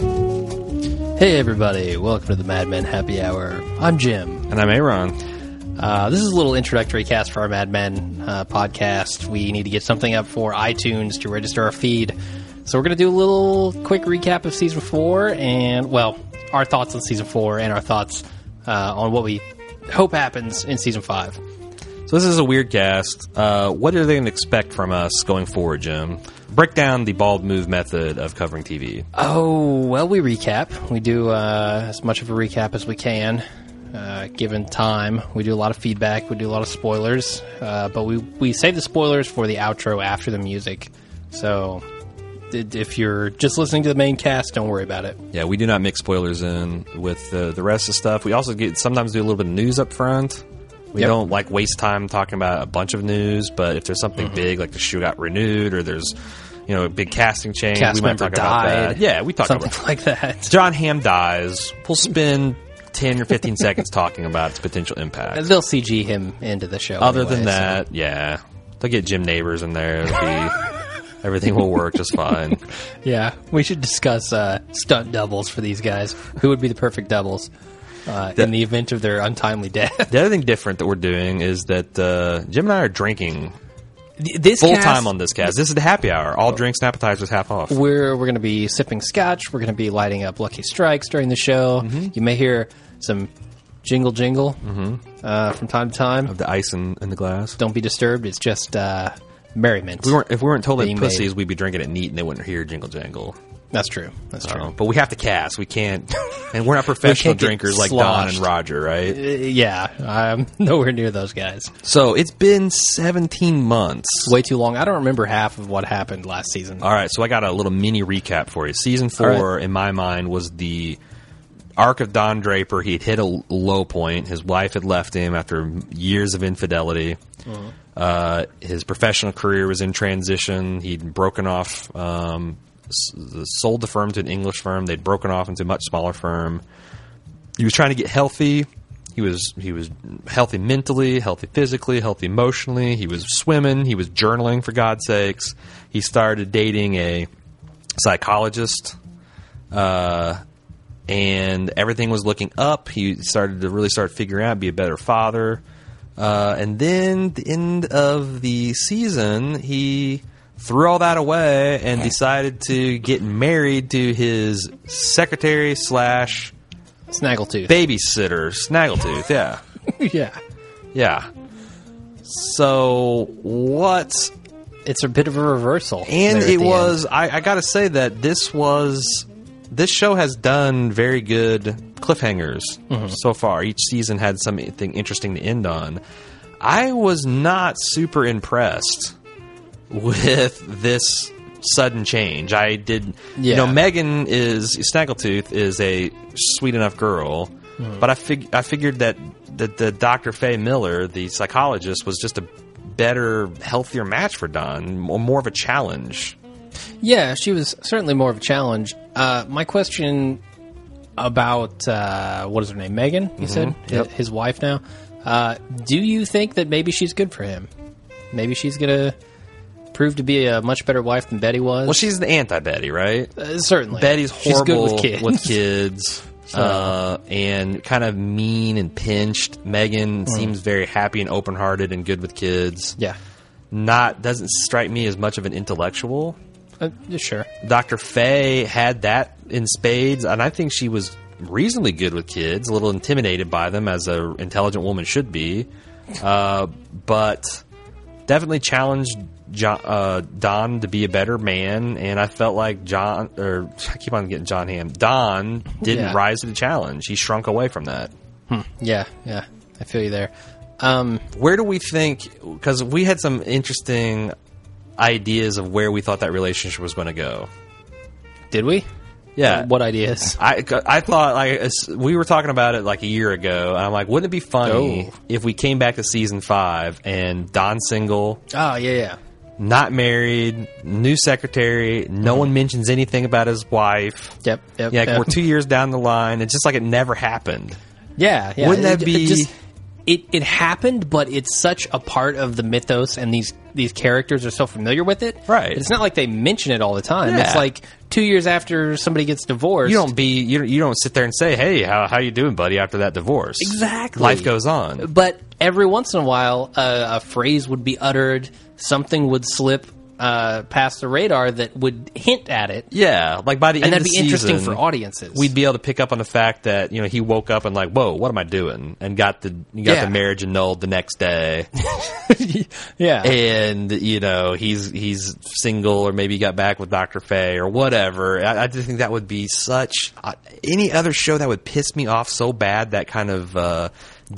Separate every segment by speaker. Speaker 1: Hey, everybody, welcome to the Mad Men Happy Hour. I'm Jim.
Speaker 2: And I'm Aaron.
Speaker 1: Uh, this is a little introductory cast for our Mad Men uh, podcast. We need to get something up for iTunes to register our feed. So we're going to do a little quick recap of season four and, well, our thoughts on season four and our thoughts uh, on what we hope happens in season five.
Speaker 2: So this is a weird cast. Uh, what are they going to expect from us going forward, Jim? Break down the bald move method of covering TV.
Speaker 1: Oh, well, we recap. We do uh, as much of a recap as we can, uh, given time. We do a lot of feedback. We do a lot of spoilers. Uh, but we, we save the spoilers for the outro after the music. So i- if you're just listening to the main cast, don't worry about it.
Speaker 2: Yeah, we do not mix spoilers in with the, the rest of stuff. We also get sometimes do a little bit of news up front. We
Speaker 1: Yep.
Speaker 2: don't like waste time talking about a bunch of news, but if there's something
Speaker 1: Mm-hmm.
Speaker 2: big like the shoe got renewed or there's you know a big casting change,
Speaker 1: Cast
Speaker 2: we might
Speaker 1: member
Speaker 2: talk about
Speaker 1: died.
Speaker 2: that. Yeah, we talk about
Speaker 1: Something like that.
Speaker 2: John Hamm dies. We'll spend ten or fifteen seconds talking about its potential impact.
Speaker 1: They'll CG him into the show.
Speaker 2: Other
Speaker 1: anyway,
Speaker 2: than
Speaker 1: so-
Speaker 2: that, yeah, they'll get Jim Neighbors in there. It'll be, everything will work just fine.
Speaker 1: yeah, we should discuss uh, stunt doubles for these guys. Who would be the perfect doubles uh, in the event of their untimely death?
Speaker 2: The other thing different that we're doing is that uh, Jim and I are drinking
Speaker 1: this
Speaker 2: full time on this cast. This is the happy hour. All drinks and appetizers half off.
Speaker 1: We're we're going to be sipping scotch. We're going to be lighting up Lucky Strikes during the show.
Speaker 2: Mm-hmm.
Speaker 1: You may hear some jingle jingle uh, from time to time.
Speaker 2: The ice in, in the glass.
Speaker 1: Don't be disturbed. It's just uh, merriment.
Speaker 2: We weren't, if we weren't told
Speaker 1: Being
Speaker 2: that
Speaker 1: made.
Speaker 2: pussies, we'd be drinking it neat and they wouldn't hear jingle jangle. Um,
Speaker 1: That's true. That's true.
Speaker 2: But we have to cast. We can't, and we're not professional
Speaker 1: get
Speaker 2: drinkers like Don
Speaker 1: sloshed.
Speaker 2: and Roger, right?
Speaker 1: Uh, yeah, I'm nowhere near those guys.
Speaker 2: So it's been 17 months.
Speaker 1: Way too long. I don't remember half of what happened last season.
Speaker 2: All right, so I got a little mini recap for you. Season
Speaker 1: right.
Speaker 2: four, in my mind, was the arc of Don Draper. He had hit a l- low point. His wife had left him after years of infidelity. Uh, his professional career was in transition. He'd broken off, um, s- sold the firm to an English firm. They'd broken off into a much smaller firm. He was trying to get healthy. He was he was healthy mentally, healthy physically, healthy emotionally. He was swimming. He was journaling for God's sakes. He started dating a psychologist, uh, and everything was looking up. He started to really start figuring out be a better father. Uh, and then the end of the season, he threw all that away and decided to get married to his secretary slash
Speaker 1: Snaggletooth.
Speaker 2: babysitter snaggletooth yeah
Speaker 1: yeah,
Speaker 2: yeah so what
Speaker 1: it's a bit of a reversal.
Speaker 2: and
Speaker 1: there at
Speaker 2: it
Speaker 1: the
Speaker 2: was I, I gotta say that this was this show has done very good cliffhangers
Speaker 1: Mm-hmm.
Speaker 2: so far each season had something interesting to end on i was not super impressed with this sudden change i did you know
Speaker 1: Yeah.
Speaker 2: megan is snaggletooth is a sweet enough girl
Speaker 1: Mm-hmm.
Speaker 2: but I, fig- I figured that, that the dr faye miller the psychologist was just a better healthier match for don more more of a challenge
Speaker 1: Yeah, she was certainly more of a challenge. Uh, my question about uh, what is her name, Megan? You said
Speaker 2: Mm-hmm. Yep.
Speaker 1: Hi- his wife now. Uh, do you think that maybe she's good for him? Maybe she's gonna prove to be a much better wife than Betty was.
Speaker 2: Well, she's the anti Betty, right?
Speaker 1: uh, certainly
Speaker 2: Betty's
Speaker 1: She's good
Speaker 2: horrible
Speaker 1: with kids.
Speaker 2: kids, uh, and kind of mean and pinched. Megan seems very happy and open hearted and good with kids.
Speaker 1: Mm. yeah,
Speaker 2: Not doesn't strike me as much of an intellectual.
Speaker 1: uh, yeah, sure.
Speaker 2: Dr. Faye had that in spades, and I think she was reasonably good with kids, a little intimidated by them as a intelligent woman should be, uh, but definitely challenged John, uh, Don to be a better man. And I felt like John, or I keep on getting John Ham, Don didn't
Speaker 1: Yeah.
Speaker 2: rise to the challenge. He shrunk away from that.
Speaker 1: Yeah, yeah, I feel you there. Um,
Speaker 2: Where do we think? Because we had some interesting ideas of where we thought that relationship was going to go.
Speaker 1: did we?
Speaker 2: Yeah,
Speaker 1: What ideas?
Speaker 2: I, I thought like as- we were talking about it like a year ago, and I'm like, wouldn't it be funny
Speaker 1: Oh.
Speaker 2: if we came back to season five and Don single,
Speaker 1: Oh yeah, yeah.
Speaker 2: not married, new secretary. No one mentions anything about his wife.
Speaker 1: Yep, yep,
Speaker 2: Yeah, like,
Speaker 1: yep.
Speaker 2: we're two years down the line. It's just like it never happened.
Speaker 1: Yeah, yeah.
Speaker 2: Wouldn't that
Speaker 1: It-
Speaker 2: be-
Speaker 1: It, just- it, it happened, but it's such a part of the mythos, and these these characters are so familiar with it.
Speaker 2: Right.
Speaker 1: It's not like they mention it all the time.
Speaker 2: Yeah.
Speaker 1: It's like two years after somebody gets divorced.
Speaker 2: You don't be you don't, you don't sit there and say, "Hey, how how you doing, buddy?" After that divorce,
Speaker 1: Exactly.
Speaker 2: Life goes on.
Speaker 1: But every once in a while, uh, a phrase would be uttered. Something would slip uh, past the radar that would hint at it,
Speaker 2: Yeah, like by the
Speaker 1: and
Speaker 2: end of
Speaker 1: that'd
Speaker 2: the
Speaker 1: be interesting
Speaker 2: season,
Speaker 1: for audiences.
Speaker 2: We'd be able to pick up on the fact that you know he woke up and like, "Whoa, what am I doing?" and got the got
Speaker 1: Yeah.
Speaker 2: the marriage annulled the next day.
Speaker 1: yeah.
Speaker 2: and you know he's he's single or maybe he got back with Dr. Faye or whatever. I, I just think that would be such uh, any other show that would piss me off so bad. That kind of uh,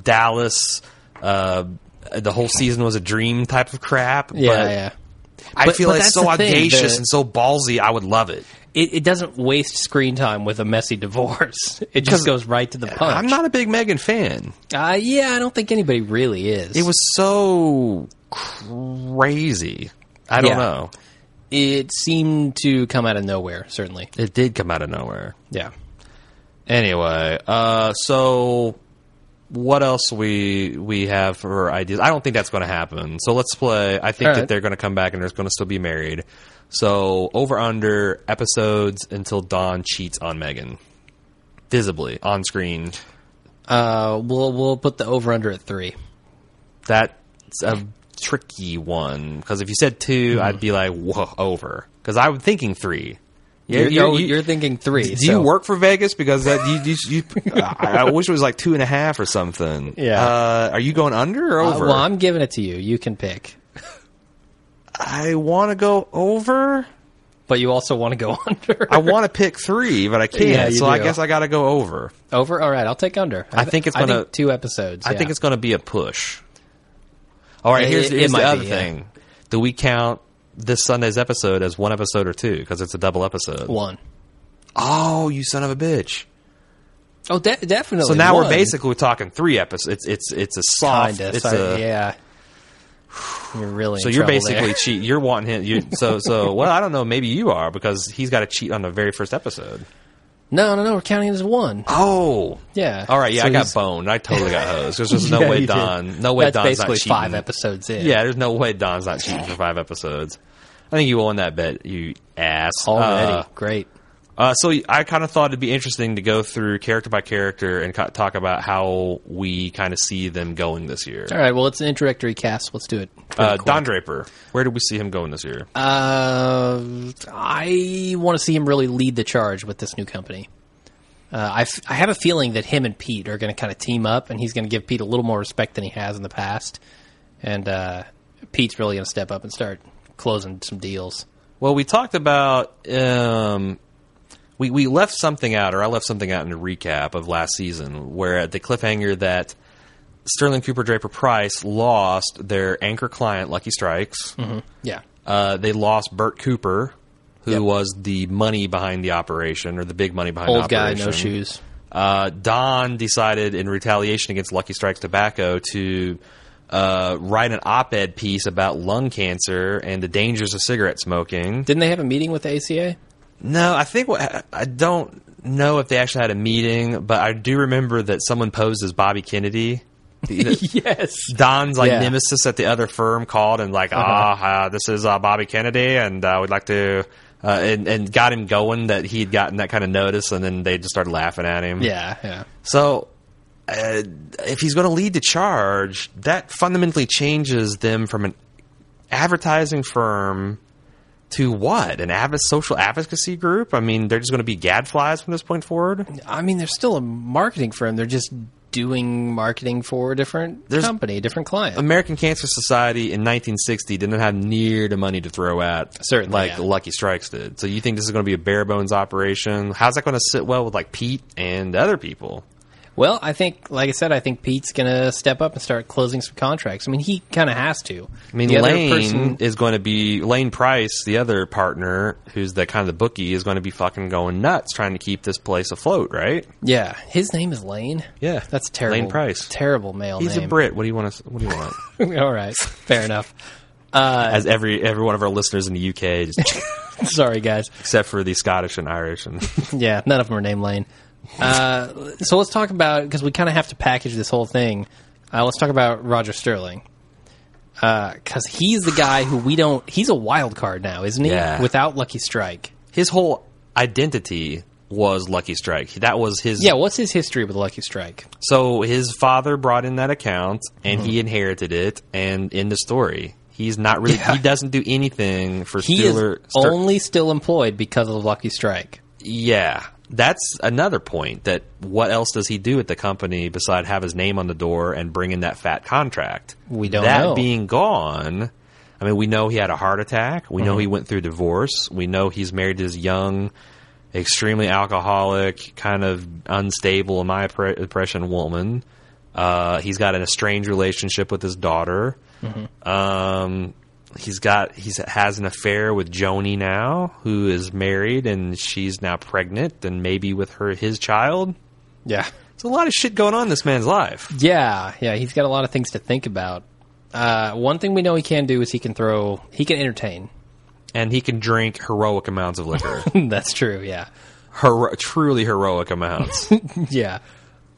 Speaker 2: Dallas, uh, the whole season was a dream type of crap.
Speaker 1: yeah,
Speaker 2: but
Speaker 1: yeah.
Speaker 2: I
Speaker 1: But-
Speaker 2: feel
Speaker 1: but that's
Speaker 2: it's so
Speaker 1: the thing,
Speaker 2: audacious
Speaker 1: the-
Speaker 2: and so ballsy. I would love it.
Speaker 1: It, it doesn't waste screen time with a messy divorce. It
Speaker 2: 'Cause
Speaker 1: just goes right to the punch.
Speaker 2: I'm not a big Megan fan.
Speaker 1: Uh, yeah, I don't think anybody really is.
Speaker 2: It was so crazy. I don't
Speaker 1: Yeah.
Speaker 2: know.
Speaker 1: It seemed to come out of nowhere. Certainly.
Speaker 2: It did come out of nowhere.
Speaker 1: Yeah.
Speaker 2: Anyway, uh, so what else we we have for ideas? I don't think that's going to happen. So let's play. I think
Speaker 1: All
Speaker 2: that
Speaker 1: right.
Speaker 2: they're going to come back and they're going to still be married. So over under episodes until Don cheats on Megan visibly on screen.
Speaker 1: Uh, we'll we'll put the over under at three.
Speaker 2: That's a tricky one because if you said 2
Speaker 1: Mm-hmm.
Speaker 2: i I'd be like whoa over because I'm thinking three.
Speaker 1: You're,
Speaker 2: You're-
Speaker 1: you're,
Speaker 2: you-
Speaker 1: thinking three.
Speaker 2: Do you work for Vegas? Because that you, you, you I, I wish it was like two and a half or something.
Speaker 1: Yeah.
Speaker 2: Uh, are you going under or over?
Speaker 1: well, I'm giving it to you. You can pick,
Speaker 2: I want to go over.
Speaker 1: but you also want to go under.
Speaker 2: I want to pick three, but I can't.
Speaker 1: Yeah, you
Speaker 2: so I
Speaker 1: do.
Speaker 2: guess I got to go over.
Speaker 1: over. All right, I'll take under.
Speaker 2: I think it's gonna-
Speaker 1: two episodes.
Speaker 2: I
Speaker 1: yeah.
Speaker 2: think it's going to be a push. All right.
Speaker 1: It-
Speaker 2: Here's,
Speaker 1: it
Speaker 2: here's the
Speaker 1: might
Speaker 2: other
Speaker 1: be, yeah.
Speaker 2: thing. Do we count this Sunday's episode as one episode or two? Because it's a double episode.
Speaker 1: one.
Speaker 2: Oh, you son of a bitch!
Speaker 1: Oh, de- definitely.
Speaker 2: So now we're
Speaker 1: one.
Speaker 2: basically talking three episodes. It's it's it's a soft.
Speaker 1: Kinda,
Speaker 2: it's
Speaker 1: sorry,
Speaker 2: a,
Speaker 1: yeah. You're really in
Speaker 2: So you're
Speaker 1: trouble
Speaker 2: basically
Speaker 1: there.
Speaker 2: cheat. You're wanting him. You, so so well, I don't know. Maybe you are because he's got to cheat on the very first episode.
Speaker 1: no, no, no. We're counting as one.
Speaker 2: Oh,
Speaker 1: Yeah.
Speaker 2: All right. Yeah,
Speaker 1: So
Speaker 2: I got
Speaker 1: he's-
Speaker 2: boned. I totally got hosed. There's just no
Speaker 1: Yeah,
Speaker 2: way
Speaker 1: you did.
Speaker 2: Don. No way
Speaker 1: That's
Speaker 2: Don's not
Speaker 1: basically
Speaker 2: cheating.
Speaker 1: five episodes in.
Speaker 2: Yeah, there's no way Don's not cheating for five episodes. I think you won that bet, you ass.
Speaker 1: already.
Speaker 2: Uh,
Speaker 1: Great.
Speaker 2: Uh, so I kind of thought it'd be interesting to go through character by character and co- talk about how we kind of see them going this year.
Speaker 1: All right. Well, it's an introductory cast. Let's do it.
Speaker 2: Uh, Don Draper, where did we see him going this year?
Speaker 1: Uh, I want to see him really lead the charge with this new company. Uh, I, f- I have a feeling that him and Pete are going to kind of team up, and he's going to give Pete a little more respect than he has in the past. And uh, Pete's really going to step up and start closing some deals.
Speaker 2: Well, we talked about um, we we left something out, or I left something out in the recap of last season, where at the cliffhanger that Sterling Cooper Draper Price lost their anchor client, Lucky Strikes.
Speaker 1: Yeah.
Speaker 2: Uh, they lost Bert Cooper, who
Speaker 1: Yep.
Speaker 2: was the money behind the operation, or the big money behind
Speaker 1: Old
Speaker 2: the
Speaker 1: guy,
Speaker 2: operation.
Speaker 1: no shoes.
Speaker 2: Uh, Don decided, in retaliation against Lucky Strikes Tobacco, to uh, write an op-ed piece about lung cancer and the dangers of cigarette smoking.
Speaker 1: Didn't they have a meeting with the ACA?
Speaker 2: No, I think what I don't know if they actually had a meeting, but I do remember that someone posed as Bobby Kennedy. The-
Speaker 1: yes.
Speaker 2: Don's like
Speaker 1: Yeah.
Speaker 2: nemesis at the other firm called and like, ah, uh, this is uh, Bobby Kennedy, and I would like to. Uh, and, and got him going that he had gotten that kind of notice, and then they just started laughing at him.
Speaker 1: Yeah, yeah.
Speaker 2: So, uh, if he's going to lead the charge, that fundamentally changes them from an advertising firm to what? An adv- social advocacy group? I mean, they're just going to be gadflies from this point forward?
Speaker 1: I mean, they're still a marketing firm. They're just doing marketing for a different
Speaker 2: There's-
Speaker 1: company, a different client.
Speaker 2: American Cancer Society in 1960 didn't have near the money to throw at
Speaker 1: Certainly,
Speaker 2: like
Speaker 1: yeah.
Speaker 2: Lucky Strikes did. So you think this is going to be a bare bones operation? How's that going to sit well with like Pete and other people?
Speaker 1: Well, I think, like I said, I think Pete's going to step up and start closing some contracts. I mean, he kind of has to.
Speaker 2: I mean,
Speaker 1: the
Speaker 2: Lane
Speaker 1: other person,
Speaker 2: is going to be Lane Price, the other partner, who's the kind of the bookie, is going to be fucking going nuts trying to keep this place afloat, right?
Speaker 1: yeah, his name is Lane.
Speaker 2: Yeah.
Speaker 1: that's terrible.
Speaker 2: Lane Price.
Speaker 1: terrible male
Speaker 2: He's
Speaker 1: name.
Speaker 2: a Brit. What do you want? To, what do you want?
Speaker 1: All right, fair enough.
Speaker 2: As every every one of our listeners in the UK, just,
Speaker 1: Sorry, guys.
Speaker 2: except for the Scottish and Irish, and
Speaker 1: Yeah, none of them are named Lane. Uh, so let's talk about because we kind of have to package this whole thing. Uh, let's talk about Roger Sterling because he's the guy who we don't. He's a wild card now, isn't he?
Speaker 2: Yeah.
Speaker 1: Without Lucky Strike.
Speaker 2: his whole identity was Lucky Strike. That was his
Speaker 1: Yeah, what's his history with Lucky Strike?
Speaker 2: So his father brought in that account, and he inherited it. And in the story, he's not really.
Speaker 1: Yeah.
Speaker 2: He doesn't do anything for
Speaker 1: He
Speaker 2: Steeler.
Speaker 1: is only still employed because of Lucky Strike.
Speaker 2: yeah, that's another point. That what else does he do at the company beside have his name on the door and bring in that fat contract?
Speaker 1: We don't
Speaker 2: That
Speaker 1: know.
Speaker 2: being gone, I mean, we know he had a heart attack. We
Speaker 1: Mm-hmm.
Speaker 2: know he went through divorce. We know he's married to this young. Extremely alcoholic, kind of unstable, in my impre- impression, woman. Uh, he's got an estranged relationship with his daughter. Um, he's got he's has an affair with Joni now, who is married and she's now pregnant and maybe with her his child.
Speaker 1: Yeah.
Speaker 2: There's a lot of shit going on in this man's life.
Speaker 1: Yeah, yeah, he's got a lot of things to think about. Uh, one thing we know he can do is he can throw, he can entertain.
Speaker 2: And he can drink heroic amounts of liquor.
Speaker 1: That's true. Yeah,
Speaker 2: Hero- truly heroic amounts.
Speaker 1: yeah.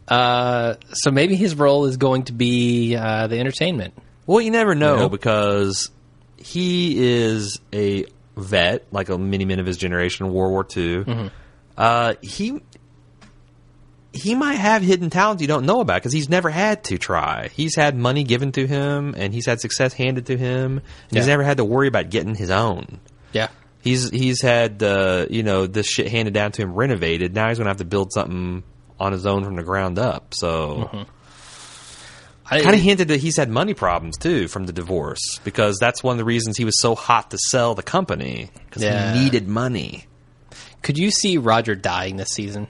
Speaker 1: Uh, so maybe his role is going to be uh, the entertainment.
Speaker 2: Well, you never know
Speaker 1: know?
Speaker 2: because he is a vet, like a many men of his generation, World War II. Uh, he he might have hidden talents you don't know about because he's never had to try. He's had money given to him, and he's had success handed to him, and he's
Speaker 1: Yeah.
Speaker 2: never had to worry about getting his own.
Speaker 1: Yeah,
Speaker 2: He's he's had uh, you know this shit handed down to him, renovated. Now he's gonna have to build something on his own from the ground up. So
Speaker 1: I,
Speaker 2: kind of hinted that he's had money problems too from the divorce because that's one of the reasons he was so hot to sell the company because
Speaker 1: Yeah.
Speaker 2: he needed money.
Speaker 1: could you see Roger dying this season?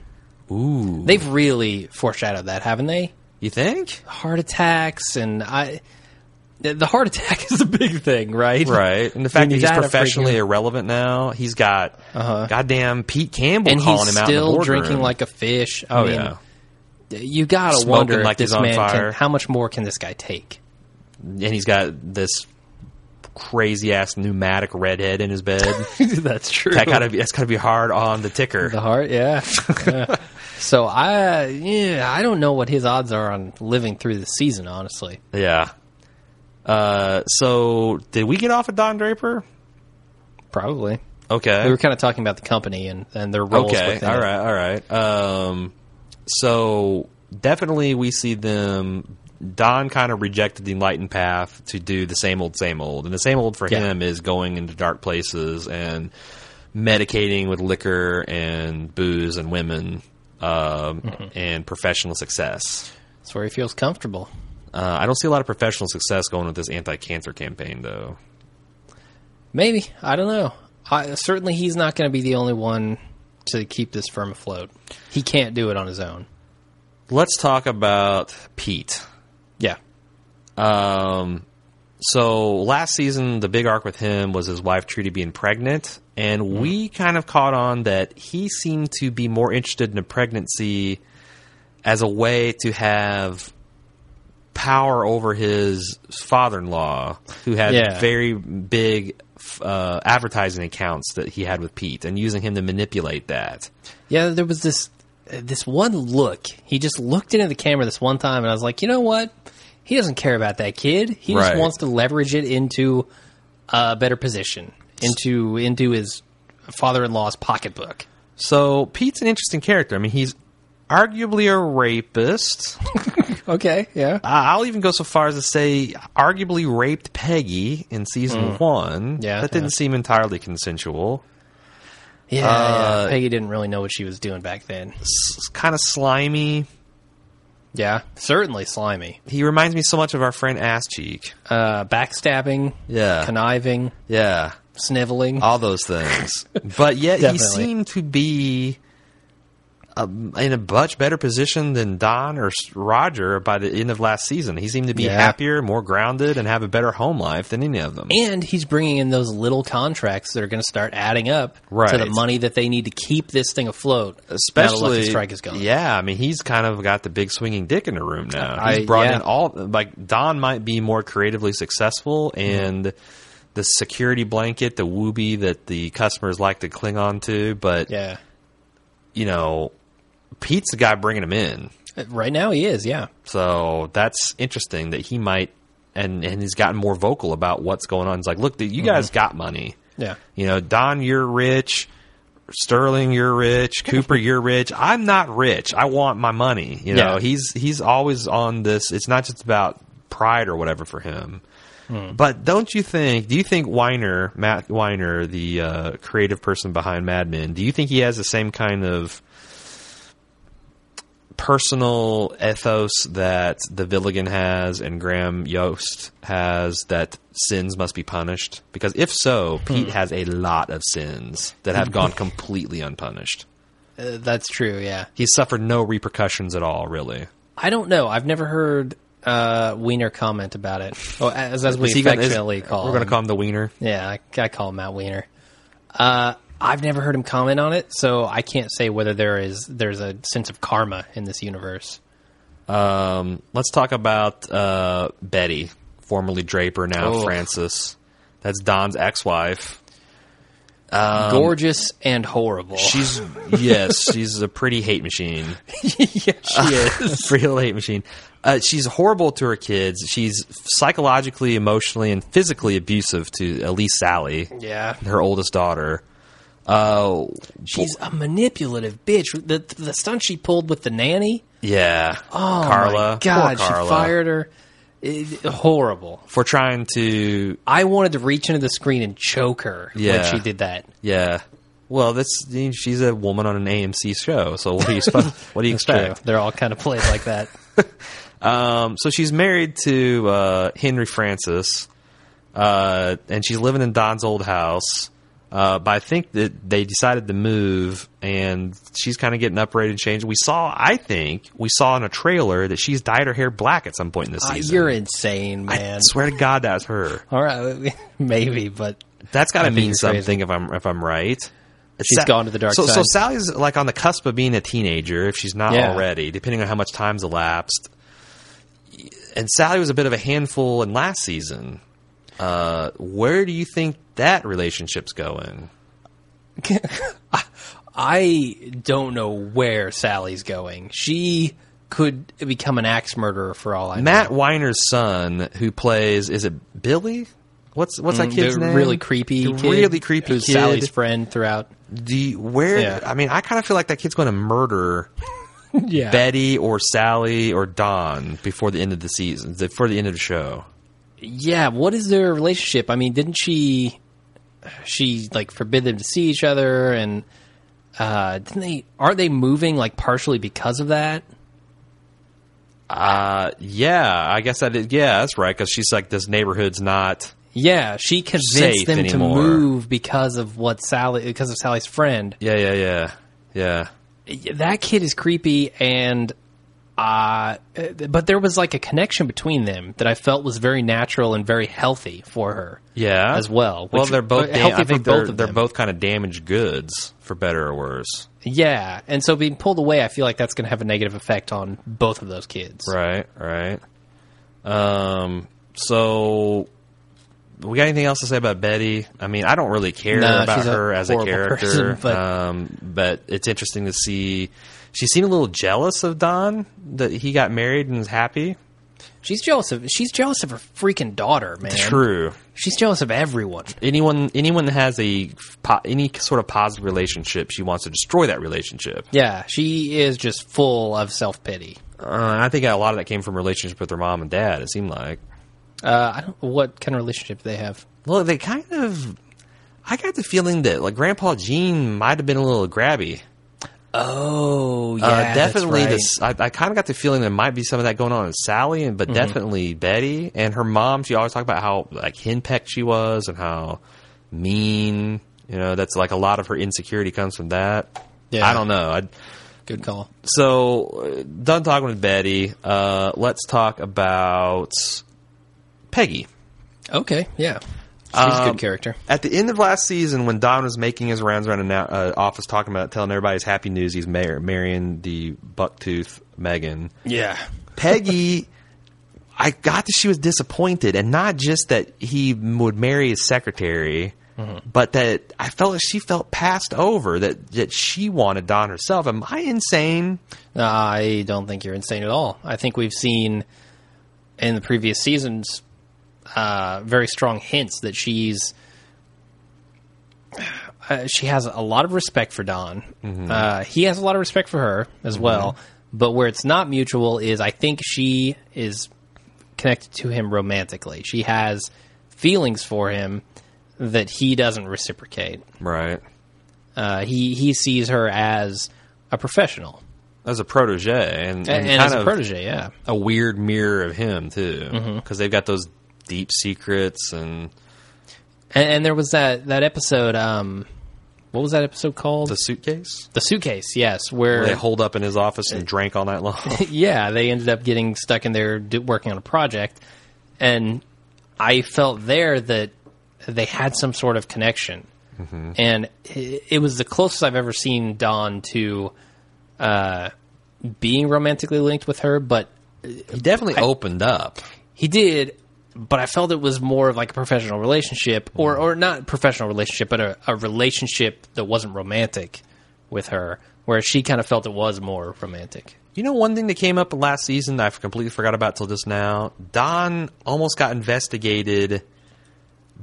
Speaker 2: Ooh,
Speaker 1: They've really foreshadowed that, haven't they?
Speaker 2: you think?
Speaker 1: Heart attacks and I. The the heart attack is the big thing, right?
Speaker 2: Right, and the fact
Speaker 1: When
Speaker 2: that
Speaker 1: you
Speaker 2: he's
Speaker 1: die at a
Speaker 2: professionally
Speaker 1: freaking- Uh-huh.
Speaker 2: irrelevant now, he's got goddamn Pete Campbell
Speaker 1: and
Speaker 2: calling
Speaker 1: he's
Speaker 2: him out in the
Speaker 1: still
Speaker 2: boardroom.
Speaker 1: drinking like a fish. I
Speaker 2: oh
Speaker 1: mean,
Speaker 2: yeah,
Speaker 1: you gotta
Speaker 2: Smoking
Speaker 1: wonder if
Speaker 2: like he's
Speaker 1: this
Speaker 2: on
Speaker 1: man
Speaker 2: fire.
Speaker 1: can. How much more can this guy take?
Speaker 2: and he's got this crazy ass pneumatic redhead in his bed.
Speaker 1: That's true.
Speaker 2: that gotta be that's gotta be hard on the ticker.
Speaker 1: The heart, yeah. Yeah. so I, yeah, I don't know what his odds are on living through the season. Honestly,
Speaker 2: Yeah. Uh, so did we get off of Don Draper?
Speaker 1: probably.
Speaker 2: Okay,
Speaker 1: We were kind of talking about the company and, and their roles.
Speaker 2: Okay,
Speaker 1: within
Speaker 2: all
Speaker 1: it.
Speaker 2: right, all right. Um, so definitely we see them. Don kind of rejected the enlightened path to do the same old, same old, and the same old for
Speaker 1: Yeah.
Speaker 2: him is going into dark places and medicating with liquor and booze and women um,
Speaker 1: Mm-hmm.
Speaker 2: and professional success.
Speaker 1: That's where he feels comfortable.
Speaker 2: Uh, I don't see a lot of professional success going with this anti-cancer campaign, though.
Speaker 1: Maybe I don't know. I, certainly, he's not going to be the only one to keep this firm afloat. He can't do it on his own.
Speaker 2: Let's talk about Pete.
Speaker 1: Yeah,
Speaker 2: So last season, the big arc with him was his wife Trudy being pregnant, and we kind of caught on that he seemed to be more interested in a pregnancy as a way to have power over his father-in-law, who had
Speaker 1: Yeah.
Speaker 2: very big f- uh, advertising accounts that he had with Pete, and using him to manipulate that.
Speaker 1: yeah. There was this this one look. He just looked into the camera this one time, and I was like, you know what? He doesn't care about that kid. He
Speaker 2: Right.
Speaker 1: just wants to leverage it into a better position, into into his father-in-law's pocketbook.
Speaker 2: So Pete's an interesting character. I mean, he's arguably a rapist.
Speaker 1: Okay, yeah,
Speaker 2: I- Uh, I'll even go so far as to say arguably raped Peggy in season one.
Speaker 1: Mm. Yeah,
Speaker 2: that
Speaker 1: yeah.
Speaker 2: didn't seem entirely consensual.
Speaker 1: yeah,
Speaker 2: Uh,
Speaker 1: yeah. Peggy didn't really know what she was doing back then.
Speaker 2: S- kind of slimy.
Speaker 1: Yeah, certainly slimy.
Speaker 2: He reminds me so much of our friend Ass Cheek.
Speaker 1: Uh, backstabbing,
Speaker 2: Yeah.
Speaker 1: conniving,
Speaker 2: Yeah,
Speaker 1: sniveling.
Speaker 2: all those things. but yet he
Speaker 1: Definitely.
Speaker 2: seemed to be um, in a much better position than Don or S- Roger by the end of last season. He seemed to be
Speaker 1: Yeah.
Speaker 2: happier, more grounded, and have a better home life than any of them.
Speaker 1: and he's bringing in those little contracts that are going to start adding up to
Speaker 2: Right.
Speaker 1: the money that they need to keep this thing afloat. now the
Speaker 2: especially
Speaker 1: Lucky strike is gone.
Speaker 2: Yeah, I mean he's kind of got the big swinging dick in the room now.
Speaker 1: I-
Speaker 2: He's brought
Speaker 1: yeah.
Speaker 2: in all like Don might be more creatively successful and
Speaker 1: Mm-hmm.
Speaker 2: the security blanket, the Wooby that the customers like to cling on to. But
Speaker 1: Yeah.
Speaker 2: you know, Pete's the guy bringing him in,
Speaker 1: Right now he is, yeah.
Speaker 2: so that's interesting that he might. And, and he's gotten more vocal about what's going on. He's like, look,
Speaker 1: Mm-hmm.
Speaker 2: you guys got money.
Speaker 1: Yeah.
Speaker 2: You know, Don, you're rich. Sterling, you're rich. Cooper, you're rich. I'm not rich. I want my money. You know,
Speaker 1: Yeah.
Speaker 2: he's he's always on this. It's not just about pride or whatever for him. But don't you think? Do you think Weiner, Matt Weiner, the uh, creative person behind Mad Men, do you think he has the same kind of personal ethos that the Villigan has and Graham Yost has that sins must be punished? Because if so, Pete has a lot of sins that have gone completely unpunished.
Speaker 1: Uh, that's true, yeah.
Speaker 2: He's suffered no repercussions at all, really.
Speaker 1: I don't know. I've never heard uh, Wiener comment about it. Well, as, as we
Speaker 2: Is he gonna- is-
Speaker 1: affectionately call
Speaker 2: we're going to
Speaker 1: him.
Speaker 2: call him the wiener.
Speaker 1: Yeah, I, I call him Matt Wiener. Uh, I've never heard him comment on it, so I can't say whether there is there's a sense of karma in this universe.
Speaker 2: Um, let's talk about uh, Betty, formerly Draper, now
Speaker 1: Oh.
Speaker 2: Francis. That's Don's ex-wife. Um,
Speaker 1: Gorgeous and horrible.
Speaker 2: She's yes, she's a pretty hate machine.
Speaker 1: yeah, she is.
Speaker 2: real hate machine. Uh, she's horrible to her kids. She's psychologically, emotionally, and physically abusive to Elise Sally,
Speaker 1: Yeah,
Speaker 2: her oldest daughter. Uh,
Speaker 1: she's a manipulative bitch. The the stunt she pulled with the nanny.
Speaker 2: yeah,
Speaker 1: Oh
Speaker 2: Carla.
Speaker 1: my
Speaker 2: Poor
Speaker 1: God,
Speaker 2: Carla.
Speaker 1: she fired her. It- horrible.
Speaker 2: for trying to.
Speaker 1: I wanted to reach into the screen and choke her when
Speaker 2: Yeah.
Speaker 1: she did that.
Speaker 2: Yeah, well, that's she's a woman on an AMC show. So what do you spo- what do you expect?
Speaker 1: True. They're all kind of played like that.
Speaker 2: Um, so she's married to uh, Henry Francis, uh, and she's living in Don's old house. Uh, but I think that they decided to move, and she's kind of getting upgraded, and changed. We saw, I think, we saw in a trailer that she's dyed her hair black at some point in the
Speaker 1: Ah,
Speaker 2: season.
Speaker 1: you're insane, man.
Speaker 2: I swear to God, that's her.
Speaker 1: All right, maybe, but
Speaker 2: That's got to
Speaker 1: think
Speaker 2: mean
Speaker 1: it's crazy.
Speaker 2: something if I'm if I'm right.
Speaker 1: She's gone to the dark
Speaker 2: so, So
Speaker 1: side.
Speaker 2: Sally's like on the cusp of being a teenager if she's not
Speaker 1: Yeah.
Speaker 2: already, depending on how much time's elapsed. And Sally was a bit of a handful in last season. Uh, where do you think that relationship's going?
Speaker 1: I don't know where Sally's going. She could become an axe murderer for all I know.
Speaker 2: Matt Weiner's son, who plays, is it Billy? What's what's that kid's
Speaker 1: Mm, the
Speaker 2: name?
Speaker 1: really creepy,
Speaker 2: The
Speaker 1: kid
Speaker 2: really creepy
Speaker 1: who's
Speaker 2: kid.
Speaker 1: Sally's friend throughout.
Speaker 2: Do you- where?
Speaker 1: Yeah.
Speaker 2: I mean, I kind of feel like that kid's going to murder
Speaker 1: Yeah,
Speaker 2: Betty or Sally or Don before the end of the season, before the end of the show.
Speaker 1: yeah. What is their relationship? I mean, didn't she? She like forbid them to see each other, and uh, didn't they? Aren't they moving like partially because of that?
Speaker 2: Uh, yeah, I guess I did. Yeah, that's right. Because she's like, this neighborhood's not.
Speaker 1: Yeah, she convinced
Speaker 2: Safe
Speaker 1: them
Speaker 2: anymore.
Speaker 1: to move because of what Sally, because of Sally's friend.
Speaker 2: Yeah, yeah, yeah, yeah.
Speaker 1: that kid is creepy and uh but there was like a connection between them that I felt was very natural and very healthy for her.
Speaker 2: Yeah,
Speaker 1: As well, which-
Speaker 2: well, they're both.
Speaker 1: uh,
Speaker 2: Da-
Speaker 1: healthy
Speaker 2: I
Speaker 1: for
Speaker 2: think
Speaker 1: both
Speaker 2: they're
Speaker 1: of
Speaker 2: they're
Speaker 1: them.
Speaker 2: both kind of damaged goods, for better or worse.
Speaker 1: Yeah, and so being pulled away, I feel like that's going to have a negative effect on both of those kids.
Speaker 2: Right, right. Um. So, we got anything else to say about Betty? I mean, I don't really care
Speaker 1: No,
Speaker 2: about
Speaker 1: she's a
Speaker 2: her as a
Speaker 1: horrible
Speaker 2: character,
Speaker 1: person, but-
Speaker 2: um, but it's interesting to see. She seemed a little jealous of Don that he got married and was happy.
Speaker 1: She's jealous of she's jealous of her freaking daughter, man.
Speaker 2: True.
Speaker 1: She's jealous of everyone.
Speaker 2: anyone anyone that has a po- any sort of positive relationship, she wants to destroy that relationship.
Speaker 1: Yeah, she is just full of self pity.
Speaker 2: Uh, I think a lot of that came from relationship with her mom and dad. It seemed like.
Speaker 1: Uh, I don't what kind of relationship do they have.
Speaker 2: Well, they kind of. I got the feeling that like Grandpa Gene might have been a little grabby.
Speaker 1: Oh, yeah,
Speaker 2: Uh, definitely, this. I, I kind of got the feeling there might be some of that going on in Sally, and
Speaker 1: Mm-hmm.
Speaker 2: but definitely Betty and her mom. She always talked about how like henpecked she was and how mean. You know, that's like a lot of her insecurity comes from that.
Speaker 1: Yeah.
Speaker 2: I don't know. I,
Speaker 1: Good call.
Speaker 2: so uh, done talking with Betty. Uh, let's talk about Peggy.
Speaker 1: Okay, yeah. She's a
Speaker 2: Um,
Speaker 1: good character.
Speaker 2: At the end of last season, when Don was making his rounds around an uh, office talking about telling everybody his happy news, he's mar- marrying the bucktooth Megan.
Speaker 1: Yeah.
Speaker 2: Peggy, I got that she was disappointed, and not just that he would marry his secretary,
Speaker 1: Mm-hmm.
Speaker 2: but that I felt that she felt passed over, that, that she wanted Don herself. Am I insane?
Speaker 1: I don't think you're insane at all. I think we've seen in the previous seasons uh, very strong hints that she's uh, she has a lot of respect for Don.
Speaker 2: Mm-hmm.
Speaker 1: Uh, he has a lot of respect for her as well. But where it's not mutual is I think she is connected to him romantically. She has feelings for him that he doesn't reciprocate.
Speaker 2: Right.
Speaker 1: Uh, he he sees her as a professional
Speaker 2: As a protege, and,
Speaker 1: and,
Speaker 2: and
Speaker 1: as
Speaker 2: kind
Speaker 1: a
Speaker 2: of
Speaker 1: protege. Mm-hmm. Yeah.
Speaker 2: a weird mirror of him too, because they've got those deep secrets and
Speaker 1: And, and there was that that episode. Um, what was that episode called?
Speaker 2: the
Speaker 1: The,
Speaker 2: suitcase.
Speaker 1: suitcase. Yes, where
Speaker 2: They holed up in his office and drank all night long.
Speaker 1: yeah they ended up getting stuck in there do, working on a project, and I felt there that they had some sort of connection, and it, it was the closest I've ever seen Don to uh, being romantically linked with her, but
Speaker 2: he definitely opened up.
Speaker 1: He did, but I felt it was more of like a professional relationship, or or not professional relationship, but a, a relationship that wasn't romantic with her, where she kind of felt it was more romantic.
Speaker 2: You know, one thing that came up last season that I completely forgot about till just now. Don almost got investigated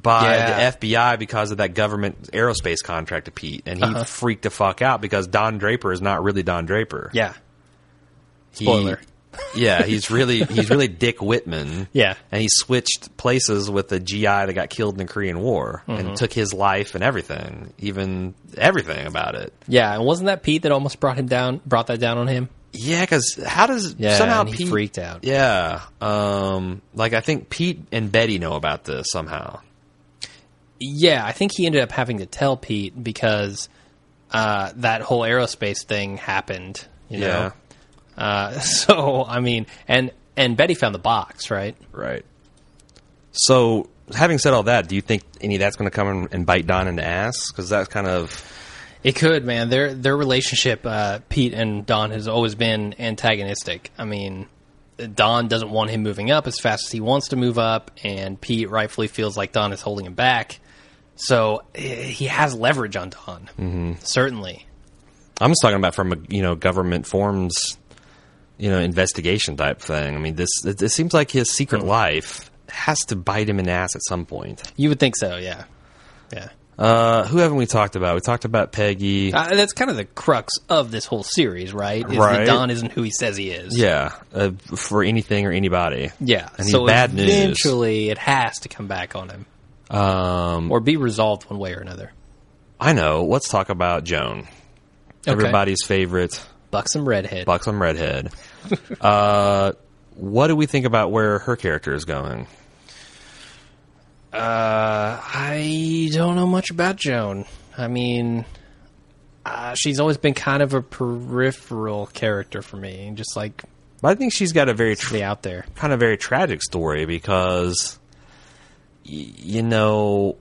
Speaker 2: by
Speaker 1: Yeah.
Speaker 2: the FBI because of that government aerospace contract to Pete, and he
Speaker 1: Uh-huh.
Speaker 2: freaked the fuck out because Don Draper is not really Don Draper.
Speaker 1: Yeah,
Speaker 2: He-
Speaker 1: Spoiler.
Speaker 2: yeah, he's really he's really Dick Whitman.
Speaker 1: Yeah.
Speaker 2: and he switched places with the GI that got killed in the Korean War
Speaker 1: Mm-hmm.
Speaker 2: and took his life and everything, even everything about it.
Speaker 1: yeah, and wasn't that Pete that almost brought him down, brought that down on him?
Speaker 2: Yeah, because how does
Speaker 1: Yeah,
Speaker 2: somehow
Speaker 1: and he
Speaker 2: Pete
Speaker 1: freaked out.
Speaker 2: Yeah, um, like I think Pete and Betty know about this somehow.
Speaker 1: Yeah, I think he ended up having to tell Pete because uh, that whole aerospace thing happened. You
Speaker 2: Yeah,
Speaker 1: know? uh, so I mean, and and Betty found the box, right?
Speaker 2: right. So, having said all that, do you think any of that's going to come and- and bite Don in the ass? Because that's kind of
Speaker 1: It could, man. Their their relationship, uh, Pete and Don, has always been antagonistic. I mean, Don doesn't want him moving up as fast as he wants to move up, and Pete rightfully feels like Don is holding him back. So eh, he has leverage on Don, mm-hmm. certainly.
Speaker 2: I'm just talking about from a you know government forms, you know investigation type thing. I mean, this it, it seems like his secret life has to bite him in the ass at some point.
Speaker 1: You would think so, yeah, yeah.
Speaker 2: Uh, who haven't we talked about? We talked about Peggy.
Speaker 1: Uh, that's kind of the crux of this whole series, right? Is
Speaker 2: Right.
Speaker 1: that Don isn't who he says he is.
Speaker 2: yeah, uh, for anything or anybody.
Speaker 1: yeah.
Speaker 2: And
Speaker 1: so
Speaker 2: bad news.
Speaker 1: eventually, it has to come back on him, um, or be resolved one way or another.
Speaker 2: I know. Let's talk about Joan. Everybody's favorite
Speaker 1: buxom redhead.
Speaker 2: buxom redhead. uh, what do we think about where her character is going?
Speaker 1: I don't know much about Joan. I mean, uh, she's always been kind of a peripheral character for me, just like
Speaker 2: But I think she's got a very tra-
Speaker 1: the out there.
Speaker 2: kind of very tragic story because y- you know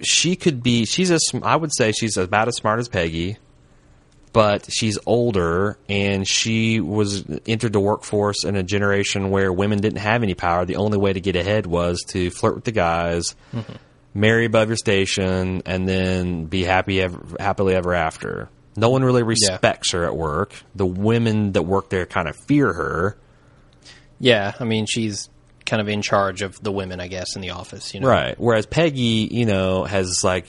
Speaker 2: she could be she's a sm- I would say she's about as smart as Peggy, but she's older and she was entered the workforce in a generation where women didn't have any power. The only way to get ahead was to flirt with the guys. Marry above your station and then be happy ever, happily ever after. No one really respects her at work. The women that work there kind of fear her.
Speaker 1: Yeah, I mean, she's kind of in charge of the women, I guess, in the office. You know,
Speaker 2: Right. Whereas Peggy, you know, has like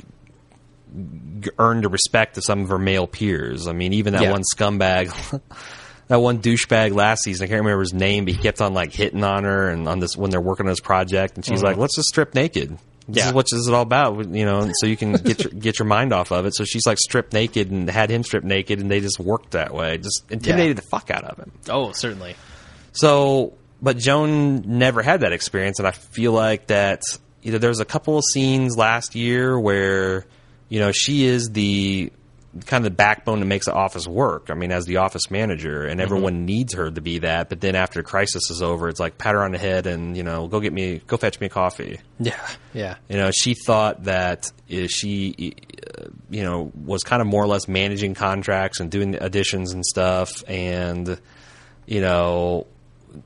Speaker 2: g- earned the respect of some of her male peers. I mean, even that
Speaker 1: Yeah.
Speaker 2: one scumbag, that one douchebag last season, I can't remember his name, but he kept on like hitting on her and on this when they're working on this project, and she's like, "Let's just strip naked."
Speaker 1: Mm-hmm.
Speaker 2: This
Speaker 1: Yeah.
Speaker 2: is what this is all about, you know. So you can get your get your mind off of it. So she's like stripped naked and had him stripped naked, and they just worked that way, just intimidated the fuck out of him.
Speaker 1: Oh, certainly.
Speaker 2: So, but Joan never had that experience, and I feel like that you know there was a couple of scenes last year where you know she is the kind of the backbone that makes the office work. I mean, as the office manager, and everyone needs her to be that. But then after crisis is over, it's like pat her on the head and you know go get me, go fetch me a coffee.
Speaker 1: Yeah, yeah,
Speaker 2: You know, she thought that uh, she, uh, you know, was kind of more or less managing contracts and doing additions and stuff, and you know,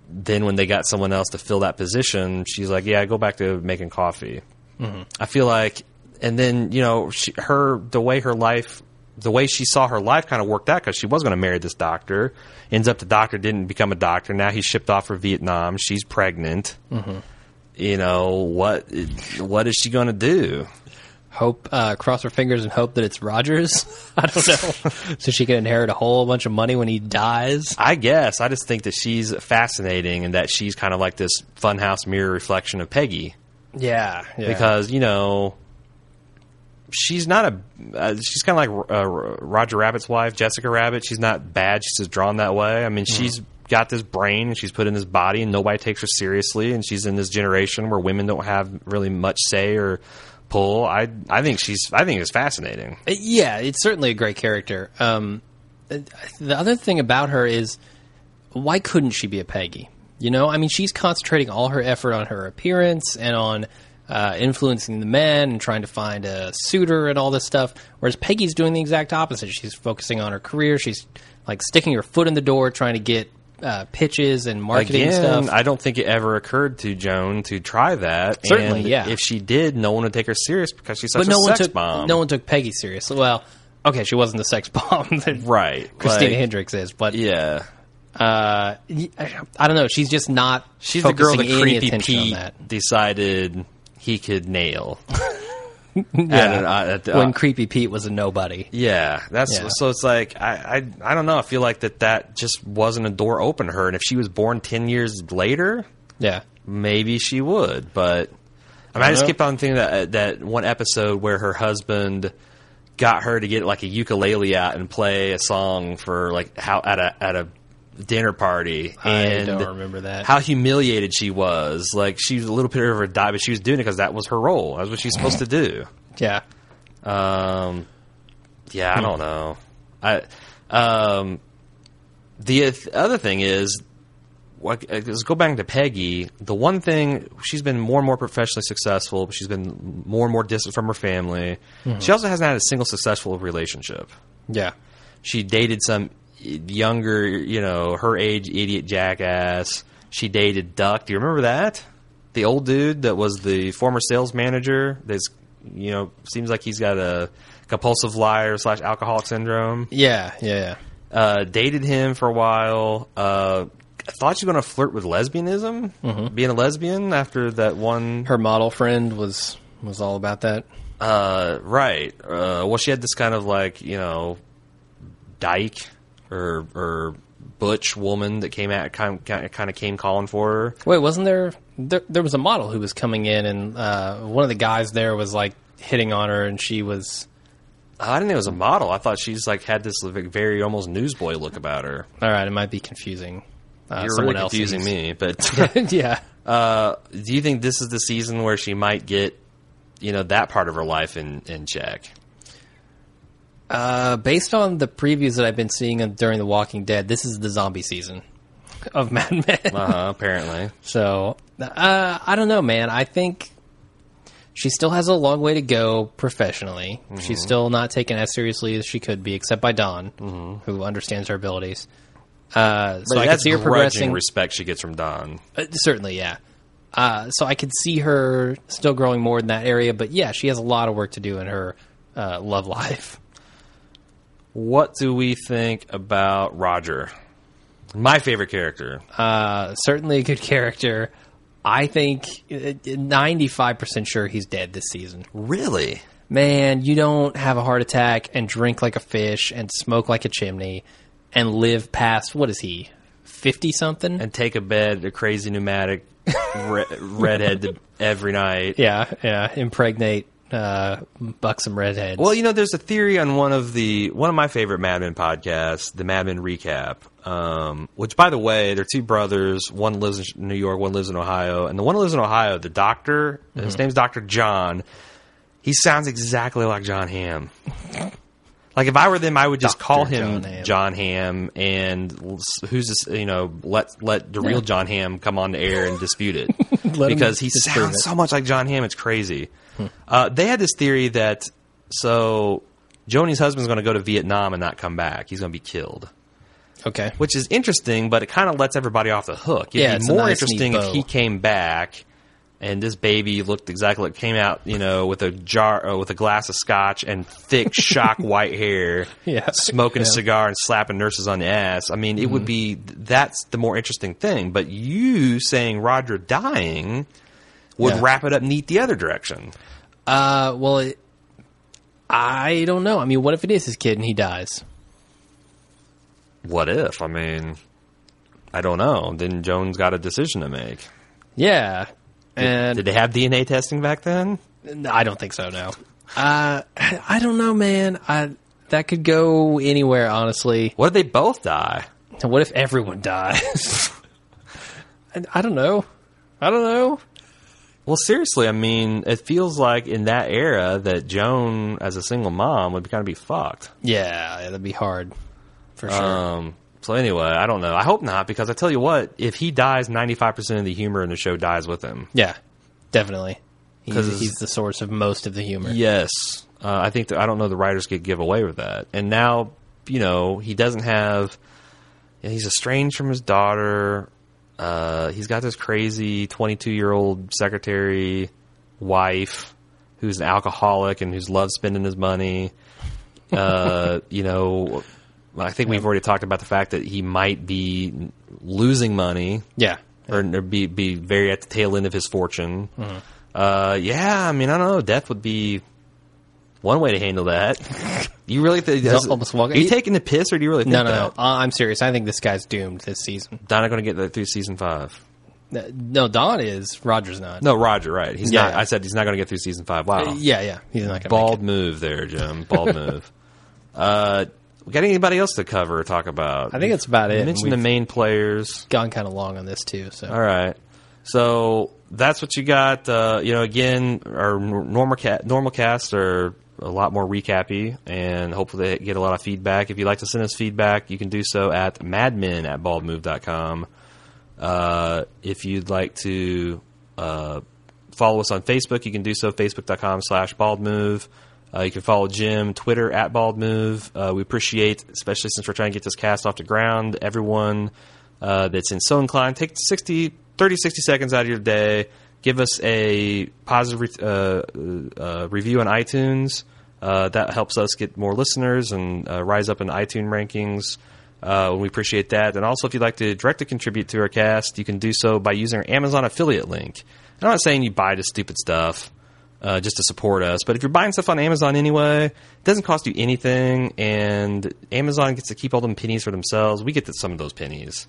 Speaker 2: then when they got someone else to fill that position, she's like, "Yeah, go back to making coffee." I feel like, and then you know, she, her the way her life, the way she saw her life kind of worked out because she was going to marry this doctor. Ends up the doctor didn't become a doctor. Now he's shipped off for Vietnam. She's pregnant. You know what? What is she going to do?
Speaker 1: Hope, uh, cross her fingers and hope that it's Rogers. I don't know. so she can inherit a whole bunch of money when he dies.
Speaker 2: I guess I just think that she's fascinating and that she's kind of like this funhouse mirror reflection of Peggy.
Speaker 1: Yeah,
Speaker 2: because you know she's not a uh, she's kind of like uh, Roger Rabbit's wife, Jessica Rabbit. She's not bad. She's just drawn that way. I mean, she's got this brain and she's put in this body, and nobody takes her seriously. And she's in this generation where women don't have really much say or pull. I I think she's I think it's fascinating.
Speaker 1: Uh, Yeah, it's certainly a great character. Um, the other thing about her is why couldn't she be a Peggy? You know, I mean, she's concentrating all her effort on her appearance and on uh, influencing the men and trying to find a suitor and all this stuff. Whereas Peggy's doing the exact opposite. She's focusing on her career. She's like sticking her foot in the door, trying to get uh, pitches and marketing
Speaker 2: Again,
Speaker 1: stuff.
Speaker 2: I don't think it ever occurred to Joan to try that.
Speaker 1: Certainly,
Speaker 2: and
Speaker 1: yeah.
Speaker 2: If she did, no one would take her serious because she's such
Speaker 1: but no
Speaker 2: a
Speaker 1: one
Speaker 2: sex
Speaker 1: took
Speaker 2: bomb.
Speaker 1: no one took Peggy seriously. Well, okay, she wasn't the sex bomb that
Speaker 2: right?
Speaker 1: Christina
Speaker 2: like,
Speaker 1: Hendricks is, but
Speaker 2: Yeah.
Speaker 1: uh, y- I don't know. She's just not.
Speaker 2: She's the girl that
Speaker 1: focusing any
Speaker 2: creepy
Speaker 1: attention on
Speaker 2: Pete
Speaker 1: that.
Speaker 2: decided he could nail.
Speaker 1: Yeah.
Speaker 2: And, uh, at the-
Speaker 1: when
Speaker 2: uh,
Speaker 1: creepy Pete was a nobody.
Speaker 2: yeah, that's
Speaker 1: Yeah.
Speaker 2: so. It's like I, I, I don't know. I feel like that that just wasn't a door open to her. And if she was born ten years later,
Speaker 1: Yeah,
Speaker 2: maybe she would. But I mean, I just
Speaker 1: know.
Speaker 2: keep on thinking that uh, that one episode where her husband got her to get like a ukulele out and play a song for like how at a at a dinner party.
Speaker 1: I
Speaker 2: and
Speaker 1: don't remember that.
Speaker 2: How humiliated she was. Like she was a little bit of her die, but she was doing it because that was her role. That's what she's supposed to do.
Speaker 1: yeah.
Speaker 2: Um, yeah, I don't know. Hmm. I um, the oth- other thing is, what, uh, let's go back to Peggy. The one thing she's been more and more professionally successful, but she's been more and more distant from her family. She also hasn't had a single successful relationship.
Speaker 1: Yeah,
Speaker 2: She dated some younger, you know, her age idiot jackass. She dated Duck. Do you remember that? The old dude that was the former sales manager. That's you know seems like he's got a compulsive liar slash alcoholic syndrome.
Speaker 1: yeah, yeah, yeah.
Speaker 2: Uh, dated him for a while. Uh, thought she was going to flirt with lesbianism, being a lesbian after that one
Speaker 1: Her model friend was was all about that.
Speaker 2: Uh, right. Uh, well, she had this kind of like you know, dyke or or butch woman that came at kind kind of came calling for her.
Speaker 1: Wait, wasn't there, there? There was a model who was coming in, and uh, one of the guys there was like hitting on her, and she was.
Speaker 2: Uh, I didn't think it was a model. I thought she's like had this very almost newsboy look about her.
Speaker 1: All right, it might be confusing. Uh,
Speaker 2: You're
Speaker 1: someone
Speaker 2: really
Speaker 1: else
Speaker 2: confusing me. But
Speaker 1: yeah,
Speaker 2: uh, do you think this is the season where she might get you know that part of her life in in check?
Speaker 1: uh, based on the previews that I've been seeing during The Walking Dead, this is the zombie season of Mad Men.
Speaker 2: Uh huh. apparently.
Speaker 1: So uh, I don't know, man. I think she still has a long way to go professionally. She's still not taken as seriously as she could be, except by Don, who understands her abilities. Uh, so I can
Speaker 2: that's
Speaker 1: see her progressing.
Speaker 2: respect she gets from Don.
Speaker 1: Uh, certainly, yeah. Uh, so I could see her still growing more in that area, but yeah, she has a lot of work to do in her uh, love life.
Speaker 2: What do we think about Roger? My favorite character.
Speaker 1: Uh, certainly a good character. I think ninety five percent sure he's dead this season.
Speaker 2: Really?
Speaker 1: man, you don't have a heart attack and drink like a fish and smoke like a chimney and live past what is he, fifty something?
Speaker 2: And take a bed, a crazy pneumatic re- redhead to- every night.
Speaker 1: yeah, yeah, impregnate uh, buxom redheads.
Speaker 2: Well, you know, there's a theory on one of the one of my favorite Mad Men podcasts, the Mad Men Recap. Um, which, by the way, they're two brothers. One lives in New York, one lives in Ohio, and the one who lives in Ohio, the doctor, his
Speaker 1: Mm-hmm.
Speaker 2: name's Doctor John. He sounds exactly like John Hamm. Like if I were them, I would just call
Speaker 1: Dr.
Speaker 2: him
Speaker 1: John Hamm.
Speaker 2: John Hamm, and l- s- who's this? You know, let let the real John Hamm come on the air and dispute it
Speaker 1: Let him
Speaker 2: because he
Speaker 1: disprove
Speaker 2: sounds
Speaker 1: it.
Speaker 2: so much like John Hamm. It's crazy. Uh, they had this theory that so Joni's husband's going to go to Vietnam and not come back. He's going to be killed.
Speaker 1: Okay.
Speaker 2: which is interesting, but it kind of lets everybody off the hook. It'd
Speaker 1: Yeah,
Speaker 2: be
Speaker 1: it's a
Speaker 2: more
Speaker 1: nice, neat
Speaker 2: interesting if
Speaker 1: bow.
Speaker 2: he came back and this baby looked exactly like came out, you know, with a jar uh, with a glass of scotch and thick shock white hair,
Speaker 1: Yeah.
Speaker 2: smoking a
Speaker 1: Yeah. Mm-hmm.
Speaker 2: cigar and slapping nurses on the ass. I mean, it would be that's the more interesting thing. But you saying Roger dying would
Speaker 1: Yeah.
Speaker 2: wrap it up neat the other direction.
Speaker 1: Uh, well, it, I don't know. I mean, what if it is his kid and he dies?
Speaker 2: What if? I mean, I don't know. Then Jones got a decision to make.
Speaker 1: Yeah. And
Speaker 2: Did they have DNA testing back then?
Speaker 1: No, I don't think so. No. Uh, I don't know, man. I that could go anywhere, honestly.
Speaker 2: What if they both die?
Speaker 1: What if everyone dies? I, I don't know. I don't know.
Speaker 2: Well, seriously, I mean, it feels like in that era that Joan, as a single mom, would kind of be fucked.
Speaker 1: Yeah, that'd be hard for sure.
Speaker 2: Um, so anyway, I don't know. I hope not, because I tell you what, if he dies, ninety five percent of the humor in the show dies with him.
Speaker 1: yeah, definitely.
Speaker 2: 'cause
Speaker 1: He's,
Speaker 2: it's-
Speaker 1: he's the source of most of the humor.
Speaker 2: Yes, uh, I think that I don't know the writers could give away with that. And now, you know, he doesn't have. He's estranged from his daughter. Uh, he's got this crazy twenty-two-year-old secretary wife who's an alcoholic and who's loves spending his money. Uh, you know, I think we've already talked about the fact that he might be losing money
Speaker 1: Yeah.
Speaker 2: or, or be be very at the tail end of his fortune. Uh, yeah, I mean, I don't know. Death would be one way to handle that. you really think that's-
Speaker 1: almost walk-
Speaker 2: Are you taking the piss, or do you really think
Speaker 1: No, no, no.
Speaker 2: that?
Speaker 1: Uh, I'm serious. I think this guy's doomed this season.
Speaker 2: Donna going to get that through season five?
Speaker 1: No, Don is. Roger's not.
Speaker 2: No, Roger. Right? He's
Speaker 1: Yeah.
Speaker 2: not. I said he's not going to get through season five. Wow,
Speaker 1: Yeah, yeah. He's not gonna.
Speaker 2: bald move there, Jim. Bald move. Uh, got anybody else to cover or talk about?
Speaker 1: I think that's about it.
Speaker 2: Mention
Speaker 1: We've-
Speaker 2: the main players.
Speaker 1: gone kind of long on this too. So
Speaker 2: All right. So that's what you got. Uh, you know, again, our n- normal cat, normal casts are a lot more recappy, and hopefully they get a lot of feedback. If you'd like to send us feedback, you can do so at madmen at baldmove.com. Uh, if you'd like to uh, follow us on Facebook, you can do so facebook.com slash baldmove. Uh, you can follow Jim Twitter at baldmove. Uh, we appreciate, especially since we're trying to get this cast off the ground, everyone uh, that's in so inclined. Take 60, 30, 60 seconds out of your day. Give us a positive re- uh, uh, review on iTunes. Uh, that helps us get more listeners and uh, rise up in iTunes rankings. Uh, we appreciate that. And also, if you'd like to directly contribute to our cast, you can do so by using our Amazon affiliate link. And I'm not saying you buy this stupid stuff uh, just to support us, but if you're buying stuff on Amazon anyway, it doesn't cost you anything, and Amazon gets to keep all them pennies for themselves. We get to some of those pennies.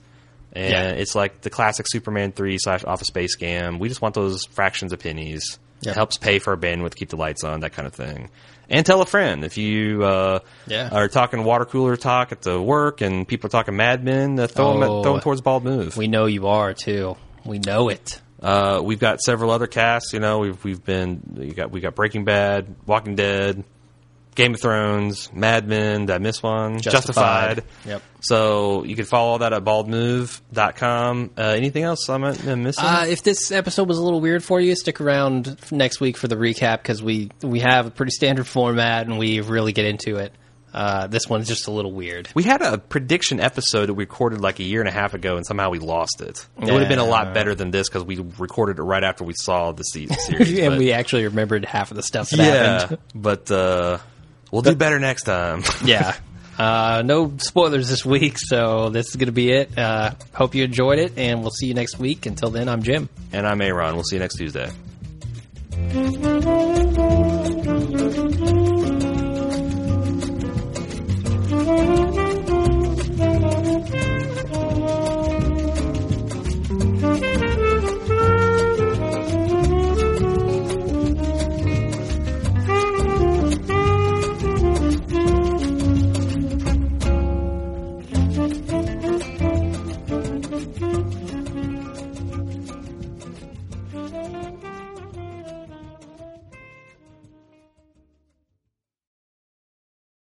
Speaker 2: And
Speaker 1: Yeah.
Speaker 2: it's like the classic Superman 3 slash Office Space scam. We just want those fractions of pennies.
Speaker 1: Yeah.
Speaker 2: It helps pay for our bandwidth, keep the lights on, that kind of thing. And tell a friend. If you uh,
Speaker 1: Yeah.
Speaker 2: are talking water cooler talk at the work and people are talking Mad Men, uh, throw, 'em at-
Speaker 1: Oh.
Speaker 2: throw 'em towards Bald Move.
Speaker 1: we know you are too. We know it.
Speaker 2: Uh, we've got several other casts. You know, we've we've been you got we got Breaking Bad, Walking Dead, Game of Thrones, Mad Men. Did I miss one?
Speaker 1: Justified. Yep.
Speaker 2: So you can follow all that at baldmove.com. Uh, anything else I'm, I'm missing?
Speaker 1: Uh, if this episode was a little weird for you, stick around f- next week for the recap because we we have a pretty standard format and we really get into it. Uh, this one's just a little weird.
Speaker 2: we had a prediction episode that we recorded like a year and a half ago, and somehow we lost it. It would have been a lot
Speaker 1: Yeah.
Speaker 2: better than this because we recorded it right after we saw the se- series.
Speaker 1: and
Speaker 2: but-
Speaker 1: we actually remembered half of the stuff that
Speaker 2: yeah,
Speaker 1: happened.
Speaker 2: but uh, we'll do better next time.
Speaker 1: Yeah. Uh, no spoilers this week, so this is going to be it. Uh, hope you enjoyed it, and we'll see you next week. Until then, I'm Jim.
Speaker 2: and I'm Aaron. We'll see you next Tuesday.